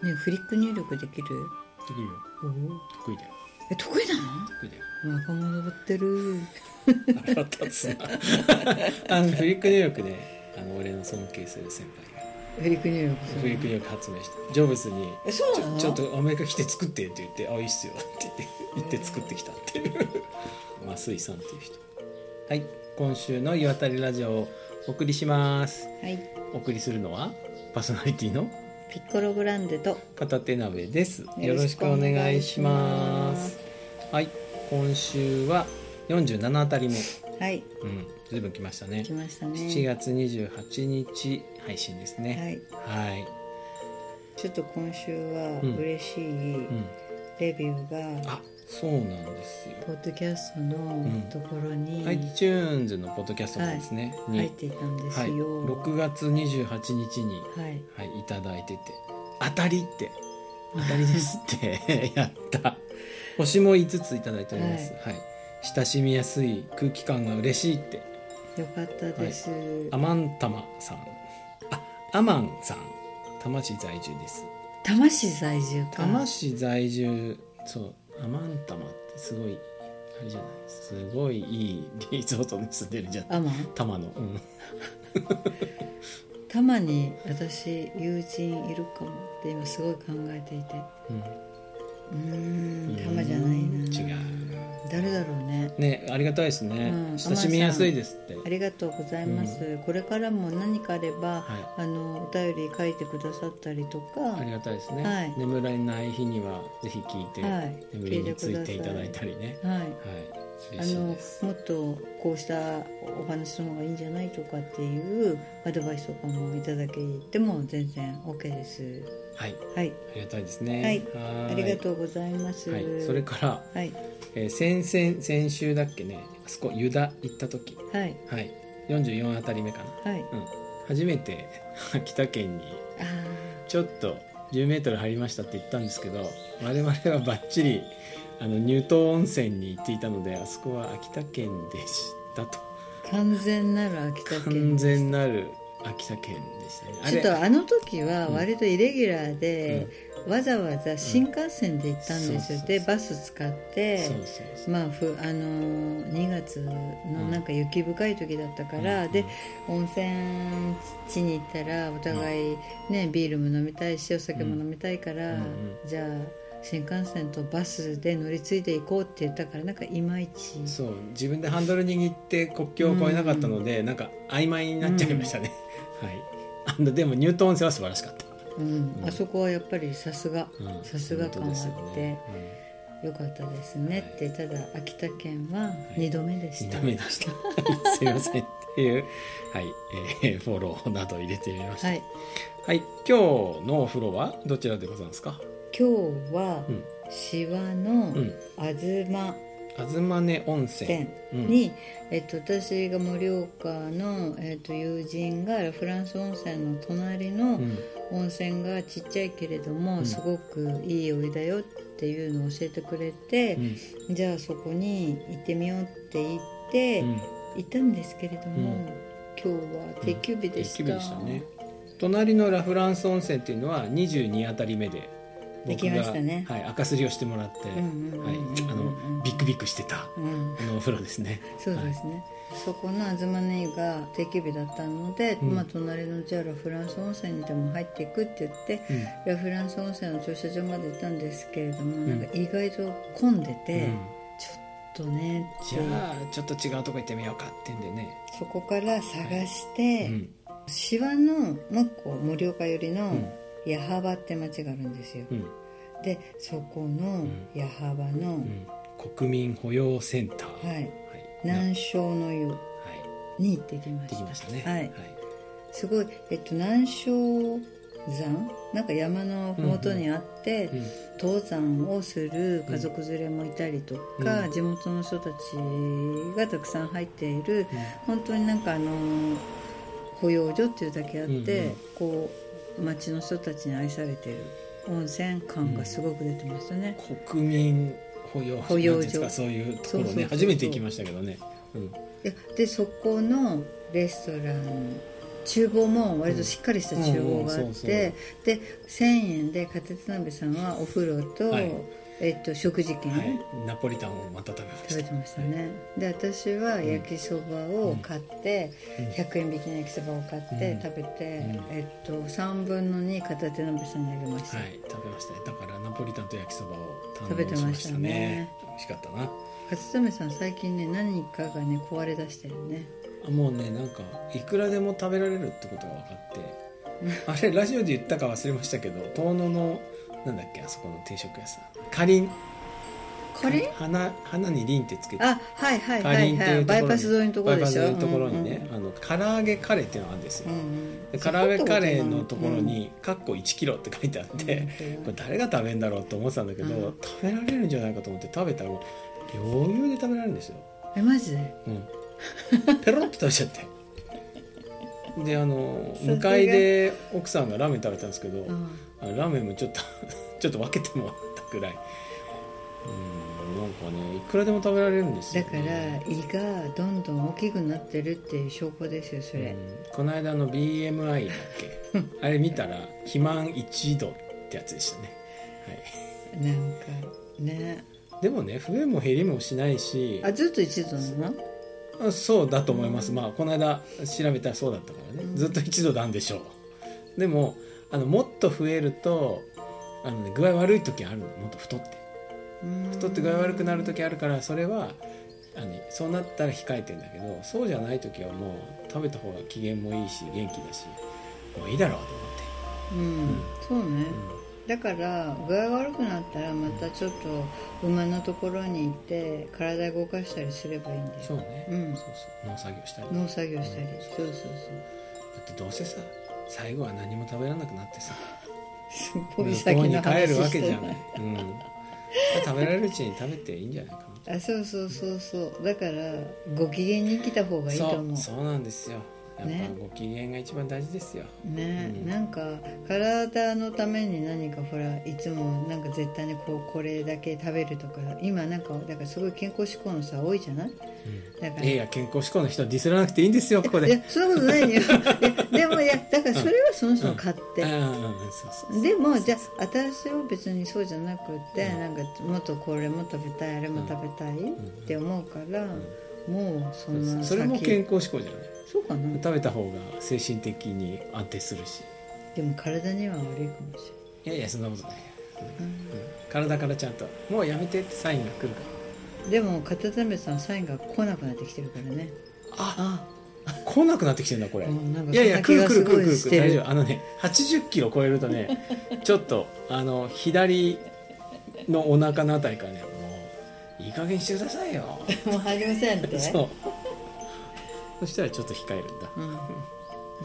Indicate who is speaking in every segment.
Speaker 1: クリック入力できる
Speaker 2: できるよ得意だよ
Speaker 1: え得意な
Speaker 2: 得意だよ
Speaker 1: の若者ぶってる
Speaker 2: 腹立つなあのフリック入力であの俺の尊敬する先輩が
Speaker 1: フリック入力する
Speaker 2: フリック入力発明したジョブズに
Speaker 1: えそうなの
Speaker 2: ちょっとアメリカ来て作って」って言って「あいいっすよ」って言って行って作ってきたっていう まあ水さんっていう人はい今週の「岩渡りラジオ」をお送りします
Speaker 1: はい
Speaker 2: お送りするのはパーソナリティの
Speaker 1: ピッコログランデと
Speaker 2: 片手鍋ですよ
Speaker 1: よ
Speaker 2: ろ
Speaker 1: ろ
Speaker 2: し
Speaker 1: し
Speaker 2: く
Speaker 1: く
Speaker 2: お
Speaker 1: お
Speaker 2: 願
Speaker 1: 願
Speaker 2: い
Speaker 1: い
Speaker 2: し
Speaker 1: し
Speaker 2: ま
Speaker 1: ますす
Speaker 2: はい今週は47あたりも
Speaker 1: はい
Speaker 2: うん随分来ましたね
Speaker 1: 来ましたね
Speaker 2: 7月28日配信です
Speaker 1: は
Speaker 2: ね
Speaker 1: い
Speaker 2: はい、
Speaker 1: ちょっと今週は
Speaker 2: うん
Speaker 1: 嬉しい
Speaker 2: うん、
Speaker 1: レビューが、
Speaker 2: あそうなんですよ
Speaker 1: ポッドキャスト
Speaker 2: ん
Speaker 1: のところに
Speaker 2: iTunes のポッドキャストですね、に
Speaker 1: 入っていたんです
Speaker 2: はい、
Speaker 1: よ、
Speaker 2: 6月28日に、
Speaker 1: はい、
Speaker 2: はい、いただいてて「当たり!」って「当たりです」っ てやった星も5ついただいております、はい親しみやすい空気感が嬉しいって
Speaker 1: よかったです、
Speaker 2: アマンタマさんあアマンさん多摩市在住です
Speaker 1: 多摩市在住か
Speaker 2: 多摩市在住そうアマンタマってすごいあれじゃないすごいいいリゾートに住んでるじゃない
Speaker 1: アマン
Speaker 2: 多摩のうん
Speaker 1: たまに私友人いるかもって今すごい考えていて
Speaker 2: うん
Speaker 1: うーんたまじゃないな
Speaker 2: 違う
Speaker 1: 誰だろうね
Speaker 2: ねありがたいですね、
Speaker 1: うん
Speaker 2: 親しみやすいですって
Speaker 1: ありがとうございます、これからも何かあれば、
Speaker 2: は
Speaker 1: あのお便り書いてくださったりとか
Speaker 2: ありがたいですね、
Speaker 1: はい
Speaker 2: 眠れない日にはぜひ聞いて、
Speaker 1: はい
Speaker 2: 眠りについ
Speaker 1: 聞い
Speaker 2: てい
Speaker 1: てください
Speaker 2: ただいたりね
Speaker 1: はい
Speaker 2: はい
Speaker 1: あ
Speaker 2: 嬉しい
Speaker 1: の
Speaker 2: です
Speaker 1: もっとこうしたお話の方がいいんじゃないとかっていうアドバイスとかもいただけても全然 OK です。
Speaker 2: はい
Speaker 1: はい、
Speaker 2: ありがたいですね
Speaker 1: はい
Speaker 2: は
Speaker 1: ありがとうございます。
Speaker 2: はい、それから、
Speaker 1: はい、
Speaker 2: えー先々先週だっけねあそこユダ行った時
Speaker 1: はい、
Speaker 2: はい44あたり目かな
Speaker 1: はい、
Speaker 2: うん初めて 秋田県に
Speaker 1: あ
Speaker 2: ちょっと10メートル入りましたって言ったんですけど我々はバッチリあの乳頭温泉に行っていたのであそこは秋田県でしたと
Speaker 1: ー完全なる秋田
Speaker 2: 完
Speaker 1: 県です。
Speaker 2: 全なる秋田県でしたねあ
Speaker 1: ちょ
Speaker 2: れ
Speaker 1: っとあの時は
Speaker 2: うん
Speaker 1: 割とイレギュラーで、わざわざ新幹線で行ったんですよ、
Speaker 2: うん
Speaker 1: で
Speaker 2: そうそうそう
Speaker 1: バス使って
Speaker 2: そうそうそう
Speaker 1: まあふあのー、2月のなんか雪深い時だったから、
Speaker 2: うん
Speaker 1: で温泉地に行ったらお互い、ねビールも飲みたいしお酒も飲みたいから、
Speaker 2: うん
Speaker 1: じゃあ新幹線とバスで乗り継いでいこうって言ったからなんかいまいち
Speaker 2: そう自分でハンドル握って国境を越えなかったので、なんか曖昧になっちゃいましたね、はいあのでも乳頭温泉は素晴らしかった、
Speaker 1: うん
Speaker 2: うん
Speaker 1: あそこはやっぱりさすが
Speaker 2: うん
Speaker 1: さすが感
Speaker 2: 本
Speaker 1: が
Speaker 2: 当ですよ
Speaker 1: あって
Speaker 2: ね、うん
Speaker 1: よかったですねって、ただ秋田県は2度目でし
Speaker 2: 二
Speaker 1: た、
Speaker 2: 度目でした。 はいすいませんっていう、はい、えーフォローなどを入れてみました。は、
Speaker 1: はいい
Speaker 2: 今日のお風呂はどちらでございますか。
Speaker 1: 今日は
Speaker 2: うん、
Speaker 1: しわの
Speaker 2: うん、
Speaker 1: 東
Speaker 2: 東根温泉
Speaker 1: 線。
Speaker 2: うん、
Speaker 1: に、えっと、私が盛岡の、えっと、友人がフランス温泉の隣の
Speaker 2: うん、
Speaker 1: 温泉がちっちゃいけれども、
Speaker 2: うん
Speaker 1: すごくいいお湯だよっていうのを教えてくれて
Speaker 2: う、ん、
Speaker 1: じゃあそこに行ってみようって言って、
Speaker 2: うん、
Speaker 1: 行ったんですけれども、
Speaker 2: うん
Speaker 1: 今日は定休日でした,、
Speaker 2: 定休日でしたね。隣のラフランス温泉っていうのは二十二あたり目で。僕が
Speaker 1: 行きましたね
Speaker 2: はい、赤すりをしてもらって、
Speaker 1: うんうんうんうん
Speaker 2: はい、あの、ビクビクしてた。
Speaker 1: うん
Speaker 2: あのお風呂ですね。
Speaker 1: そうですね、そこの東根湯が定休日だったので、
Speaker 2: うん
Speaker 1: まあ、隣のじゃあラ・フランス温泉にでも入っていくって言って、
Speaker 2: うん
Speaker 1: ラ・フランス温泉の駐車場まで行ったんですけれども、
Speaker 2: ん
Speaker 1: なんか意外と混んでて、
Speaker 2: う
Speaker 1: ち
Speaker 2: ん
Speaker 1: ょっとねって
Speaker 2: じゃあ、ちょっと違うとこ行ってみようかってんでね。
Speaker 1: そこから探し
Speaker 2: う
Speaker 1: て、
Speaker 2: ん、
Speaker 1: シワのもう一個盛岡寄りの
Speaker 2: ん
Speaker 1: 矢幅って町があるんですよ、
Speaker 2: うん、
Speaker 1: でそこの矢幅の、
Speaker 2: うん、国民保養センター。
Speaker 1: はい
Speaker 2: はい、なはい、
Speaker 1: 南昌の湯に行ってきま
Speaker 2: で
Speaker 1: し
Speaker 2: き
Speaker 1: た
Speaker 2: ましたね。
Speaker 1: はいすごい、えっと、南昌山なんか山の麓にあって、
Speaker 2: うん、
Speaker 1: 登山をする家族連れもいたりとか、
Speaker 2: うん
Speaker 1: 地元の人たちがたくさん入っている、本当になんかあの保養所っていうだけあって、
Speaker 2: うんうん
Speaker 1: こう町の人たちに愛されている温泉感がすごく出てましたね、
Speaker 2: うん国民保養
Speaker 1: 保養所
Speaker 2: なんていうんですかそういうとこ
Speaker 1: そ
Speaker 2: ろね
Speaker 1: うそうそう
Speaker 2: 初めて行きましたけどね。うん、
Speaker 1: ででそこのレストラン厨房も割としっかりした厨
Speaker 2: うんうん
Speaker 1: 房
Speaker 2: うん
Speaker 1: があ
Speaker 2: そ
Speaker 1: っ
Speaker 2: うそう
Speaker 1: てで1,000円で片手鍋さんはお風呂と、
Speaker 2: はい
Speaker 1: えっと、食事券、
Speaker 2: はい、ナポリタンをまた食べました
Speaker 1: 食べてましたね、で私は焼きそばを買って、100円引きの焼きそばを買って、
Speaker 2: うん
Speaker 1: 食べて、
Speaker 2: ん
Speaker 1: えっと、3分の2片手鍋さんにあげました、
Speaker 2: はい食べましたねだからナポリタンと焼きそばを
Speaker 1: 食
Speaker 2: 堪
Speaker 1: べて
Speaker 2: 能し
Speaker 1: ま
Speaker 2: ま
Speaker 1: し
Speaker 2: したた
Speaker 1: ね
Speaker 2: ね美味しかったな
Speaker 1: 片手鍋さん最近ね何かがね壊れだしてるね
Speaker 2: あもうねなんかいくらでも食べられるってことが分かってあれラジオで言ったか忘れましたけど遠野のなんだっけあそこの定食屋さんかりん
Speaker 1: これ
Speaker 2: 花花にりんってつけて
Speaker 1: あはいはい
Speaker 2: か
Speaker 1: は
Speaker 2: り
Speaker 1: い
Speaker 2: んって
Speaker 1: はいいう
Speaker 2: とこ
Speaker 1: バ
Speaker 2: ろに
Speaker 1: イパス沿いのところでしょ
Speaker 2: バイパス沿いのところにね、あの唐揚げカレーっていうのがあるんです
Speaker 1: う
Speaker 2: よ
Speaker 1: ん、うん
Speaker 2: で唐揚げカレーのところに「かっこ1キロ」って書いてあって、
Speaker 1: うん
Speaker 2: これ誰が食べんだろうと思ってたんだけど、
Speaker 1: うん
Speaker 2: 食べられるんじゃないかと思って食べたらもう余裕で食べられるんですよ、
Speaker 1: えマジで
Speaker 2: うん、ペロッと食べちゃってであの
Speaker 1: さすが
Speaker 2: 向かいで奥さんがラーメン食べたんですけど、
Speaker 1: うん
Speaker 2: あラーメンもちょっと ちょっと分けてもらったぐらいうんなんかねいくらでも食べられるんです
Speaker 1: だ
Speaker 2: よ、
Speaker 1: から
Speaker 2: ね、
Speaker 1: 胃がどんどん大きくなってるっていう証拠ですよそれ、
Speaker 2: うんこの間の BMI だっけあれ見たら肥満1度ってやつでしたね、はい
Speaker 1: なんかね
Speaker 2: でもね増えも減りもしないし
Speaker 1: あずっと一度なの
Speaker 2: あそうだと思います、まあこの間調べたらそうだったからね、
Speaker 1: うん
Speaker 2: ずっと一度なんでしょうでもあのもっと増えるとあの、ね、具合悪い時あるのもっと太って
Speaker 1: うん
Speaker 2: 太って具合悪くなる時あるからそれはあのそうなったら控えてんだけどそうじゃない時はもう食べた方が機嫌もいいし元気だしもういいだろうと思って
Speaker 1: うんそうねだから具合悪くなったらまたちょっと馬のところに行って体動かしたりすればいいんだよ
Speaker 2: うん、そうね、
Speaker 1: うん
Speaker 2: そうそう農作業したりだ
Speaker 1: 農作業したり
Speaker 2: うん
Speaker 1: そうそう
Speaker 2: ってどうせさ最後は何も食べられなくなってさ
Speaker 1: そうす
Speaker 2: 向
Speaker 1: ごい
Speaker 2: こう
Speaker 1: 先の
Speaker 2: に帰
Speaker 1: 話
Speaker 2: るわ
Speaker 1: し
Speaker 2: け
Speaker 1: て
Speaker 2: じゃ
Speaker 1: る
Speaker 2: ない、うん、食べられるうちに食べていいんじゃないかみたい
Speaker 1: あそうそうそうそうだからご機嫌に生きた方がいいと思
Speaker 2: な
Speaker 1: う
Speaker 2: そうそうなんですよやっ
Speaker 1: ね
Speaker 2: ぱご機嫌が一番大事ですよ、
Speaker 1: ね、
Speaker 2: うん
Speaker 1: なんか体のために何かほらいつもなんか絶対にこうこれだけ食べるとか今なんかだからすごい健康志向の人は多いじゃないだから
Speaker 2: いやいや健康志向の人はディスらなくていいんですよここ
Speaker 1: い
Speaker 2: で
Speaker 1: やそんなこと ないよいやでもいやだからそれはその人の勝手、
Speaker 2: うんうんうんそうそう
Speaker 1: でもじゃあ私は別にそうじゃなくって、
Speaker 2: うん
Speaker 1: なんかもっとこれも食べたいあれも食べたい、って思うから、もうそ
Speaker 2: そうそ
Speaker 1: ん
Speaker 2: う
Speaker 1: な
Speaker 2: それも健康志向じゃない
Speaker 1: そうかな
Speaker 2: 食べた方が精神的に安定するし
Speaker 1: でも体には悪いかもし
Speaker 2: いやいやそんなことない、
Speaker 1: れない、
Speaker 2: うん体からちゃんともうやめてってサインが来るから
Speaker 1: でも片手目さんサインが来なくなってきてるからね
Speaker 2: あ
Speaker 1: あ
Speaker 2: 来なくなってきてんだこれ、
Speaker 1: うんなんか
Speaker 2: いやい
Speaker 1: そ
Speaker 2: や、
Speaker 1: んな
Speaker 2: く
Speaker 1: 気
Speaker 2: る
Speaker 1: が
Speaker 2: くる
Speaker 1: す
Speaker 2: く
Speaker 1: ごい
Speaker 2: るくる
Speaker 1: し
Speaker 2: く
Speaker 1: て
Speaker 2: る、
Speaker 1: る
Speaker 2: 大丈夫。あのね、80キロ超えるとね、 ちょっと、あの、左のお腹のあたりからね、もう、いい加減してくださいよ。
Speaker 1: もう入りません って
Speaker 2: そう。そしたらちょっと控えるんだ。
Speaker 1: うん、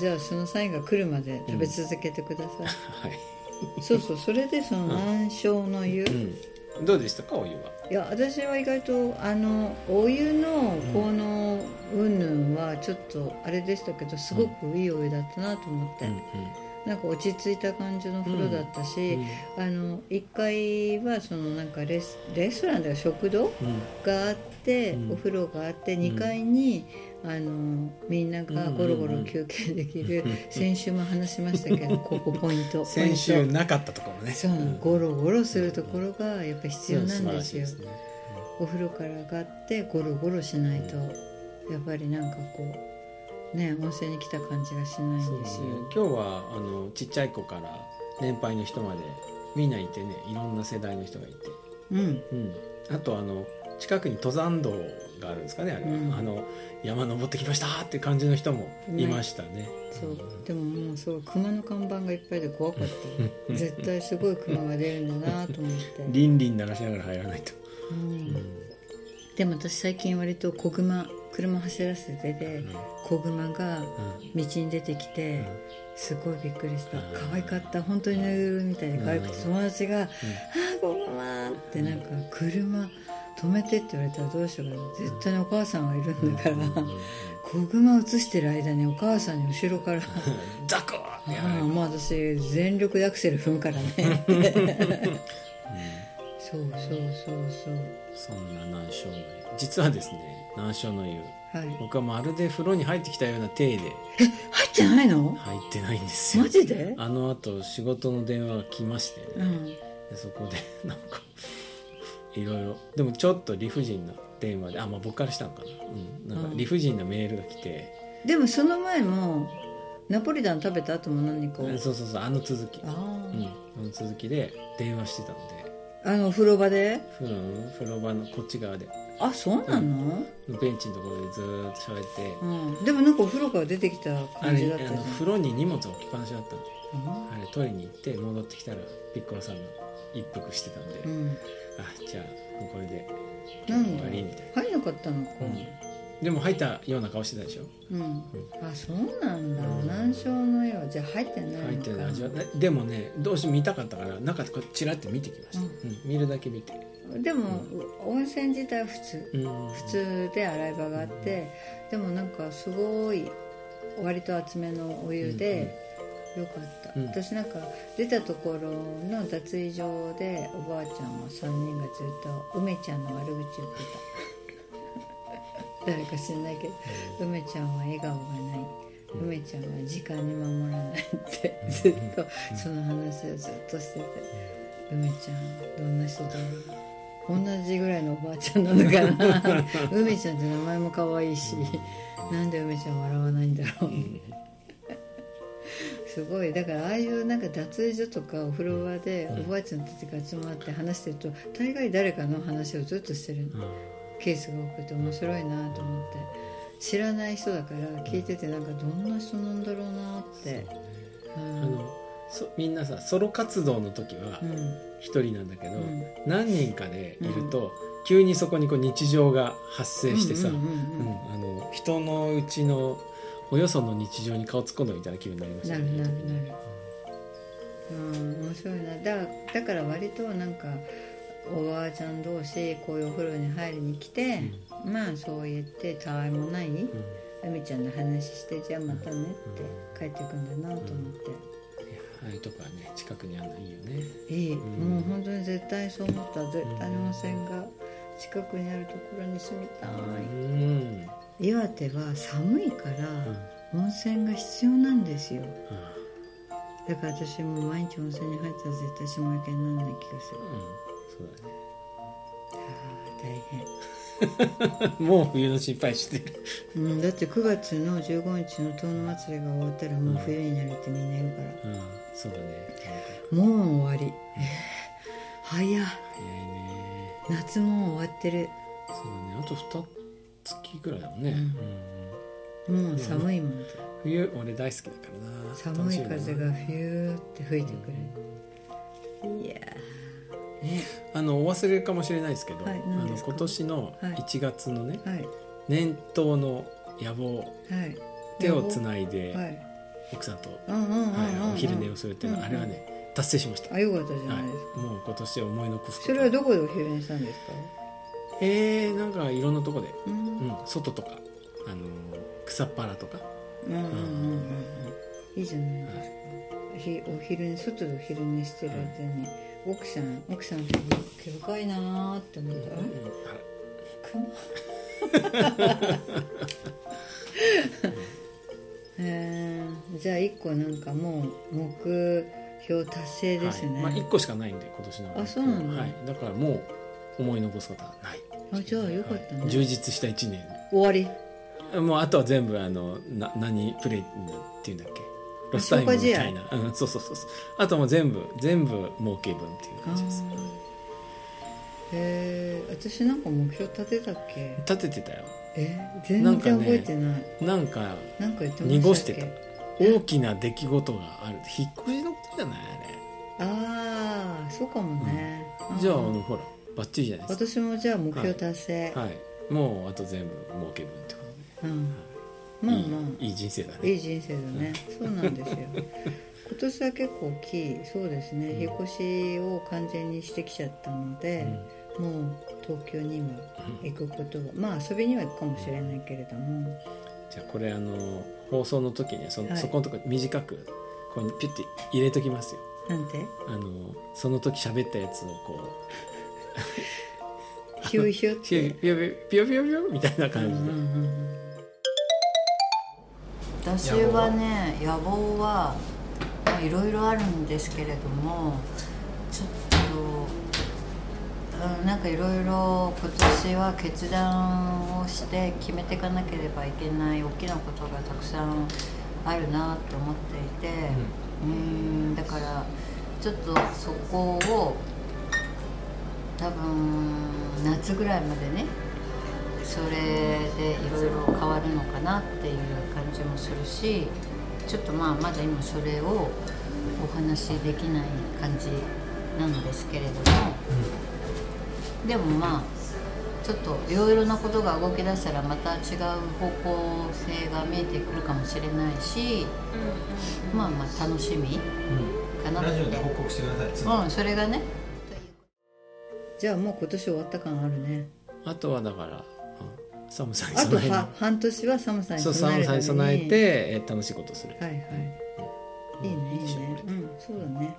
Speaker 1: じゃあそのサインが来るまで食べ続けてください、
Speaker 2: はい。
Speaker 1: そうそうそれでその難症の湯、
Speaker 2: うん。どうでしたか、お湯は。
Speaker 1: いや私は意外とあのお湯の効能云々はちょっとあれでしたけどすごくいいお湯だったなと思って、なんか落ち着いた感じの風呂だったし、あの1階はそのなんかレスレストランだよ食堂があって、
Speaker 2: うん
Speaker 1: お風呂があって2階に、あのみんながゴロゴロ休憩でき る、
Speaker 2: うんうんうん
Speaker 1: 先週も話しました けどここポイント
Speaker 2: 先週
Speaker 1: ポイント
Speaker 2: なかったところね。
Speaker 1: そうなの
Speaker 2: ん
Speaker 1: ゴロゴロするところがやっぱ必要なん
Speaker 2: う
Speaker 1: ですよ、
Speaker 2: 素晴らしいね
Speaker 1: お風呂から上がってゴロゴロしないと、やっぱりなんかこうね温泉に来た感じがしない
Speaker 2: そ
Speaker 1: ん
Speaker 2: う
Speaker 1: で
Speaker 2: ね
Speaker 1: すよ、
Speaker 2: 今日はあのちっちゃい子から年配の人までみんないてねいろんな世代の人がいて、
Speaker 1: うん
Speaker 2: うん、あとあの近くに登山道があるんですかねあれは、
Speaker 1: うん
Speaker 2: あの山登ってきましたっていう感じの人もいましたね。
Speaker 1: そう
Speaker 2: う
Speaker 1: でももうそう熊の看板がいっぱいで怖か った絶対すごい熊が出るんだなと思って
Speaker 2: ん、リンリン鳴らしながら入らないと、
Speaker 1: うん
Speaker 2: う
Speaker 1: でも私最近割と小熊車走らせてで
Speaker 2: ん
Speaker 1: 子熊が
Speaker 2: うん
Speaker 1: 道に出てきて、
Speaker 2: うん
Speaker 1: すごいびっくりした
Speaker 2: うん
Speaker 1: 可愛かった本当にぬいぐるみみたいで可愛くて
Speaker 2: うん
Speaker 1: 友達が「ああ子熊」ってなんか「車止めて」って言われたらどうしようかな絶対にお母さんがいるんだから
Speaker 2: うんうん
Speaker 1: 子熊映してる間にお母さんに後ろ から「
Speaker 2: ザクッてやら
Speaker 1: あ
Speaker 2: れ
Speaker 1: あ
Speaker 2: る
Speaker 1: もう私全力でアクセル踏むからね」って そうそうそうそう
Speaker 2: そんな難所の実はですね難所の湯
Speaker 1: はい入
Speaker 2: 僕はまるで風呂に入ってきたような体で
Speaker 1: ってないの
Speaker 2: 入ってないんですよ
Speaker 1: マジで
Speaker 2: あのあと仕事の電話が来まして、
Speaker 1: う
Speaker 2: ね
Speaker 1: ん
Speaker 2: でそこで なんかいろいろでもちょっと理不尽な電話であまあ僕からしたのかな,、うん、なんか理不尽なメールが来て、
Speaker 1: でもその前もナポリタン食べた後も何かを
Speaker 2: えそうそうそうあの続き、うん、あ
Speaker 1: あ
Speaker 2: の続きで電話してたので
Speaker 1: ああの風呂場で
Speaker 2: 風呂の風呂場のこっち側で
Speaker 1: あそうなの、
Speaker 2: ベンチのところでずーっと喋って、
Speaker 1: うんでもなんかお風呂から出てきた
Speaker 2: あ
Speaker 1: 感じ
Speaker 2: れ
Speaker 1: だった
Speaker 2: あ
Speaker 1: じゃん
Speaker 2: の風呂に荷物置きっぱなしだったんで
Speaker 1: うん
Speaker 2: あれ取りに行って戻ってきたらピッコロさんが一服してたんで、
Speaker 1: うん
Speaker 2: あじゃあもうこれで
Speaker 1: な
Speaker 2: 今日
Speaker 1: ん
Speaker 2: 終
Speaker 1: だ
Speaker 2: わりみたいな
Speaker 1: 入んなかったのか、
Speaker 2: でも入ったような顔してたでしょ
Speaker 1: うんあそうなんだ、
Speaker 2: うん
Speaker 1: 難所の絵はじゃあ入ってないのか
Speaker 2: 入ってる味はねでもねどうしても見たかったから中こうチラッて見てきました、
Speaker 1: う
Speaker 2: うんん見るだけ見て、
Speaker 1: でも、温泉自体は普通
Speaker 2: うん、
Speaker 1: 普通で洗い場があって、でもなんかすごい割と厚めのお湯で、よかった、
Speaker 2: うん
Speaker 1: 私なんか出たところの脱衣所でおばあちゃんは3人がずっと梅ちゃんの悪口言ってた 誰か知んないけど、梅ちゃんは笑顔がない梅ちゃんは時間に守らないってずっとその話をずっとしてて梅ちゃんどんな人だろう同じぐらいのおばあちゃんなのかな梅ちゃんって名前も可愛いしなんで梅ちゃん笑わないんだろうすごいだからああいうなんか脱衣所とかお風呂場でおばあちゃんたちが集まって話してると大概誰かの話をずっとしてるの
Speaker 2: うん
Speaker 1: ケースが多くて面白いなと思って知らない人だから聞いててなんかどんな人なんだろうなって
Speaker 2: あのそみんなさソロ活動の時は
Speaker 1: うんうん
Speaker 2: 一人なんだけど、
Speaker 1: うん
Speaker 2: 何人かでいると、急にそこにこう日常が発生してさ、
Speaker 1: うんうんうんうん
Speaker 2: うんあの人のうちのおよその日常に顔突っ込んだみたいな気分になりまし
Speaker 1: な
Speaker 2: た
Speaker 1: る
Speaker 2: ね。
Speaker 1: なるなるうん面白いなだだから割となんかおばあちゃん同士こういうお風呂に入りに来て、まあそう言ってたわいもない、うみちゃんの話してじゃあまたねって帰ってくんだなと思って、
Speaker 2: いやああいうとこはね近くにあるのいいよね。
Speaker 1: いい、
Speaker 2: ん
Speaker 1: もう本当に絶対そう思った絶対に温泉が近くにあるところに住みたい、
Speaker 2: うん。
Speaker 1: 岩手は寒いから
Speaker 2: うん
Speaker 1: 温泉が必要なんですよ
Speaker 2: あ
Speaker 1: だから私もう毎日温泉に入ったら絶対島焼けにならない気がする
Speaker 2: うんそうだね。
Speaker 1: あー大変
Speaker 2: もう冬の心配してる。
Speaker 1: うん、だって9月の15日の遠野祭りが終わったらもう冬になるってみんな言うから、
Speaker 2: うんそうだね。
Speaker 1: もう終わり、えー早っ
Speaker 2: 早いね。
Speaker 1: 夏もう終わってる
Speaker 2: そうだねあと二月ぐらいだもんね。うん
Speaker 1: もう寒いもん、
Speaker 2: 冬俺大好きだからな。
Speaker 1: 寒い風
Speaker 2: 楽し
Speaker 1: がフューって吹いてくる、いやーね
Speaker 2: みだな。あのお忘れかもしれないですけど、
Speaker 1: はい
Speaker 2: あ
Speaker 1: 何
Speaker 2: の
Speaker 1: ですか
Speaker 2: 今年の一月のね、
Speaker 1: はい
Speaker 2: 年頭の野望
Speaker 1: はい
Speaker 2: 手をつない
Speaker 1: は
Speaker 2: で
Speaker 1: い
Speaker 2: 奥さんと、は
Speaker 1: うんうんうんうんうん、
Speaker 2: い、お昼寝をするっていうのはあれは
Speaker 1: うんうん
Speaker 2: ね達成しました。
Speaker 1: あ
Speaker 2: はい。
Speaker 1: よかったじゃないですか、
Speaker 2: もう今年は思い残すこと。
Speaker 1: それはどこでお昼寝したんですか
Speaker 2: えー、なんかいろんなとこで、
Speaker 1: うん
Speaker 2: うん、外とか、あのー草っぱらとか、
Speaker 1: うんうんうんうんうんいいじゃないですか、ひお昼寝外でお昼寝してる間に、奥さん奥さん毛深いなーって思った、
Speaker 2: うん
Speaker 1: 熊 えーじゃあ一個なんかもう目標達成ですね、
Speaker 2: はいまあ、1個しかないんで今年の
Speaker 1: あそうなんだ
Speaker 2: はい、だからもう思い残すことはない
Speaker 1: あじゃあよかったね、
Speaker 2: はい充実した1
Speaker 1: 終わり
Speaker 2: 年もうあとは全部あのな何プレイっていうんだっけロスタイムみたいな、うん、そうそうそうそうあともう全部全部儲け分っていう感じです
Speaker 1: あーえー、私なんか目標立てたっけ
Speaker 2: 立ててたよ
Speaker 1: え全
Speaker 2: な
Speaker 1: 然
Speaker 2: んかね
Speaker 1: 覚えてない
Speaker 2: なんか
Speaker 1: なんか言ってましたっけ
Speaker 2: 濁してた大きな出来事がある引っ越しのことじゃないあれ
Speaker 1: ああそうかもね、うん
Speaker 2: じゃああのほらバッチリじゃないです
Speaker 1: 私もじゃあ目標達成、
Speaker 2: かはいもうあと全部儲け分ってこ
Speaker 1: うん、
Speaker 2: と
Speaker 1: まあ
Speaker 2: ね、
Speaker 1: ま
Speaker 2: いいいい人生だ
Speaker 1: あい
Speaker 2: ね
Speaker 1: い人生だね、そうなんです よ今年は結構大きいそうですね、引っ越しを完全にしてきちゃったので、もう東京にも行くことは、まあ遊びには行くかもしれないけれども
Speaker 2: じゃあこれあの放送の時にそ,、
Speaker 1: はい
Speaker 2: そこのとこ短くこうピュッて入れときますよ
Speaker 1: なんて
Speaker 2: あのその時喋ったやつをこ
Speaker 1: ヒューヒューっ
Speaker 2: ピヨ
Speaker 1: て
Speaker 2: ピヨピヨピヨピヨみたいな感じで、
Speaker 1: うんうんうん私はね野望はまあいろいろあるんですけれどもちょっとうんなんかいろいろ今年は決断をして決めていかなければいけない大きなことがたくさんあるなって思っていてうんだからちょっとそこを多分夏ぐらいまでねそれでいろいろ変わるのかなっていう感じもするしちょっとまあまだ今それをお話しできない感じなんですけれども、でもまあちょっといろいろなことが動き出したらまた違う方向性が見えてくるかもしれないしまあまあ楽しみかなって
Speaker 3: ラジオで報告してください。
Speaker 1: うんそれがねじゃあもう今年終わった感あるね
Speaker 2: あとはだから、うん寒さに
Speaker 1: あと
Speaker 2: 備え
Speaker 1: は半年は寒さに
Speaker 2: そう
Speaker 1: 備え
Speaker 2: 寒
Speaker 1: るた
Speaker 2: さ
Speaker 1: めに
Speaker 2: に備えて、えー楽しいことする、
Speaker 1: はいはいいいねいいねうんそうだね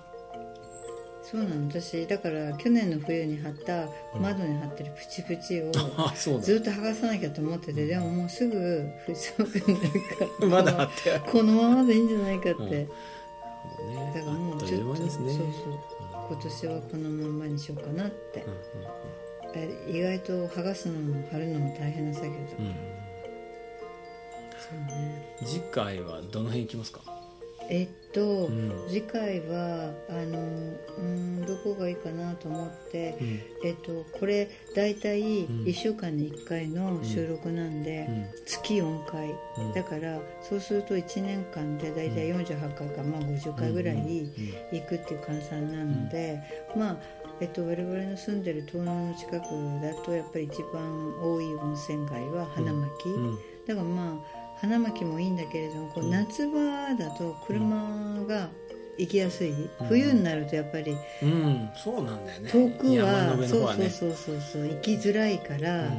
Speaker 1: そうなの私だから去年の冬に貼った窓に貼ってるプチプチ を
Speaker 2: あそうだ
Speaker 1: ずっと剥がさなきゃと思っててでももうすぐ寒くなるから
Speaker 2: まだ貼ってある
Speaker 1: このままでいいんじゃないかって、
Speaker 2: うんね
Speaker 1: だから
Speaker 2: あ
Speaker 1: も
Speaker 2: っ
Speaker 1: う
Speaker 2: と
Speaker 1: ち
Speaker 2: い
Speaker 1: ょ
Speaker 2: う
Speaker 1: っ
Speaker 2: 間
Speaker 1: と
Speaker 2: ですね
Speaker 1: そうそう今年はこのままにしようかなって、だ意外と剥がすのも貼るのも大変なんだけど、
Speaker 2: うんうん
Speaker 1: そうね
Speaker 2: 次回はどの辺行きますか
Speaker 1: えっと、
Speaker 2: ん
Speaker 1: 次回はあのうーんどこがいいかなと思って、
Speaker 2: ん
Speaker 1: えっとこれ大体
Speaker 2: ん
Speaker 1: 1週間に1回の収録なんで、
Speaker 2: うん
Speaker 1: 月4回、
Speaker 2: うん
Speaker 1: だからそうすると1年間で大体48回か、まあ、50回ぐらい行くっていう換算なので、まあえっと、我々の住んでる東南の近くだとやっぱり一番多い温泉街は花巻、
Speaker 2: うん
Speaker 1: だからまあ花巻もいいんだけれどもこう夏場だと車が行きやすい、冬になるとやっぱり
Speaker 2: うんそうなんだよね
Speaker 1: 遠く
Speaker 2: 山の
Speaker 1: は,、
Speaker 2: 上の
Speaker 1: そ
Speaker 2: 方
Speaker 1: う
Speaker 2: はね
Speaker 1: そうそうそうそう行きづらいから、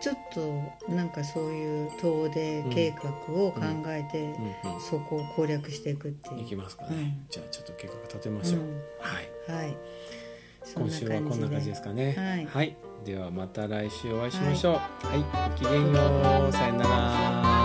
Speaker 1: ちょっとなんかそういう遠出計画を考えて、
Speaker 2: うんうんうん
Speaker 1: そこを攻略していくっていう、
Speaker 2: 行きますかね、
Speaker 1: うん
Speaker 2: じゃあちょっと計画立てましょう、
Speaker 1: うん
Speaker 2: はい
Speaker 1: はいそ
Speaker 2: 今週はこんな感じですかね
Speaker 1: はい
Speaker 2: ではまた来週お会いしましょうはい、ごきげんようさよなら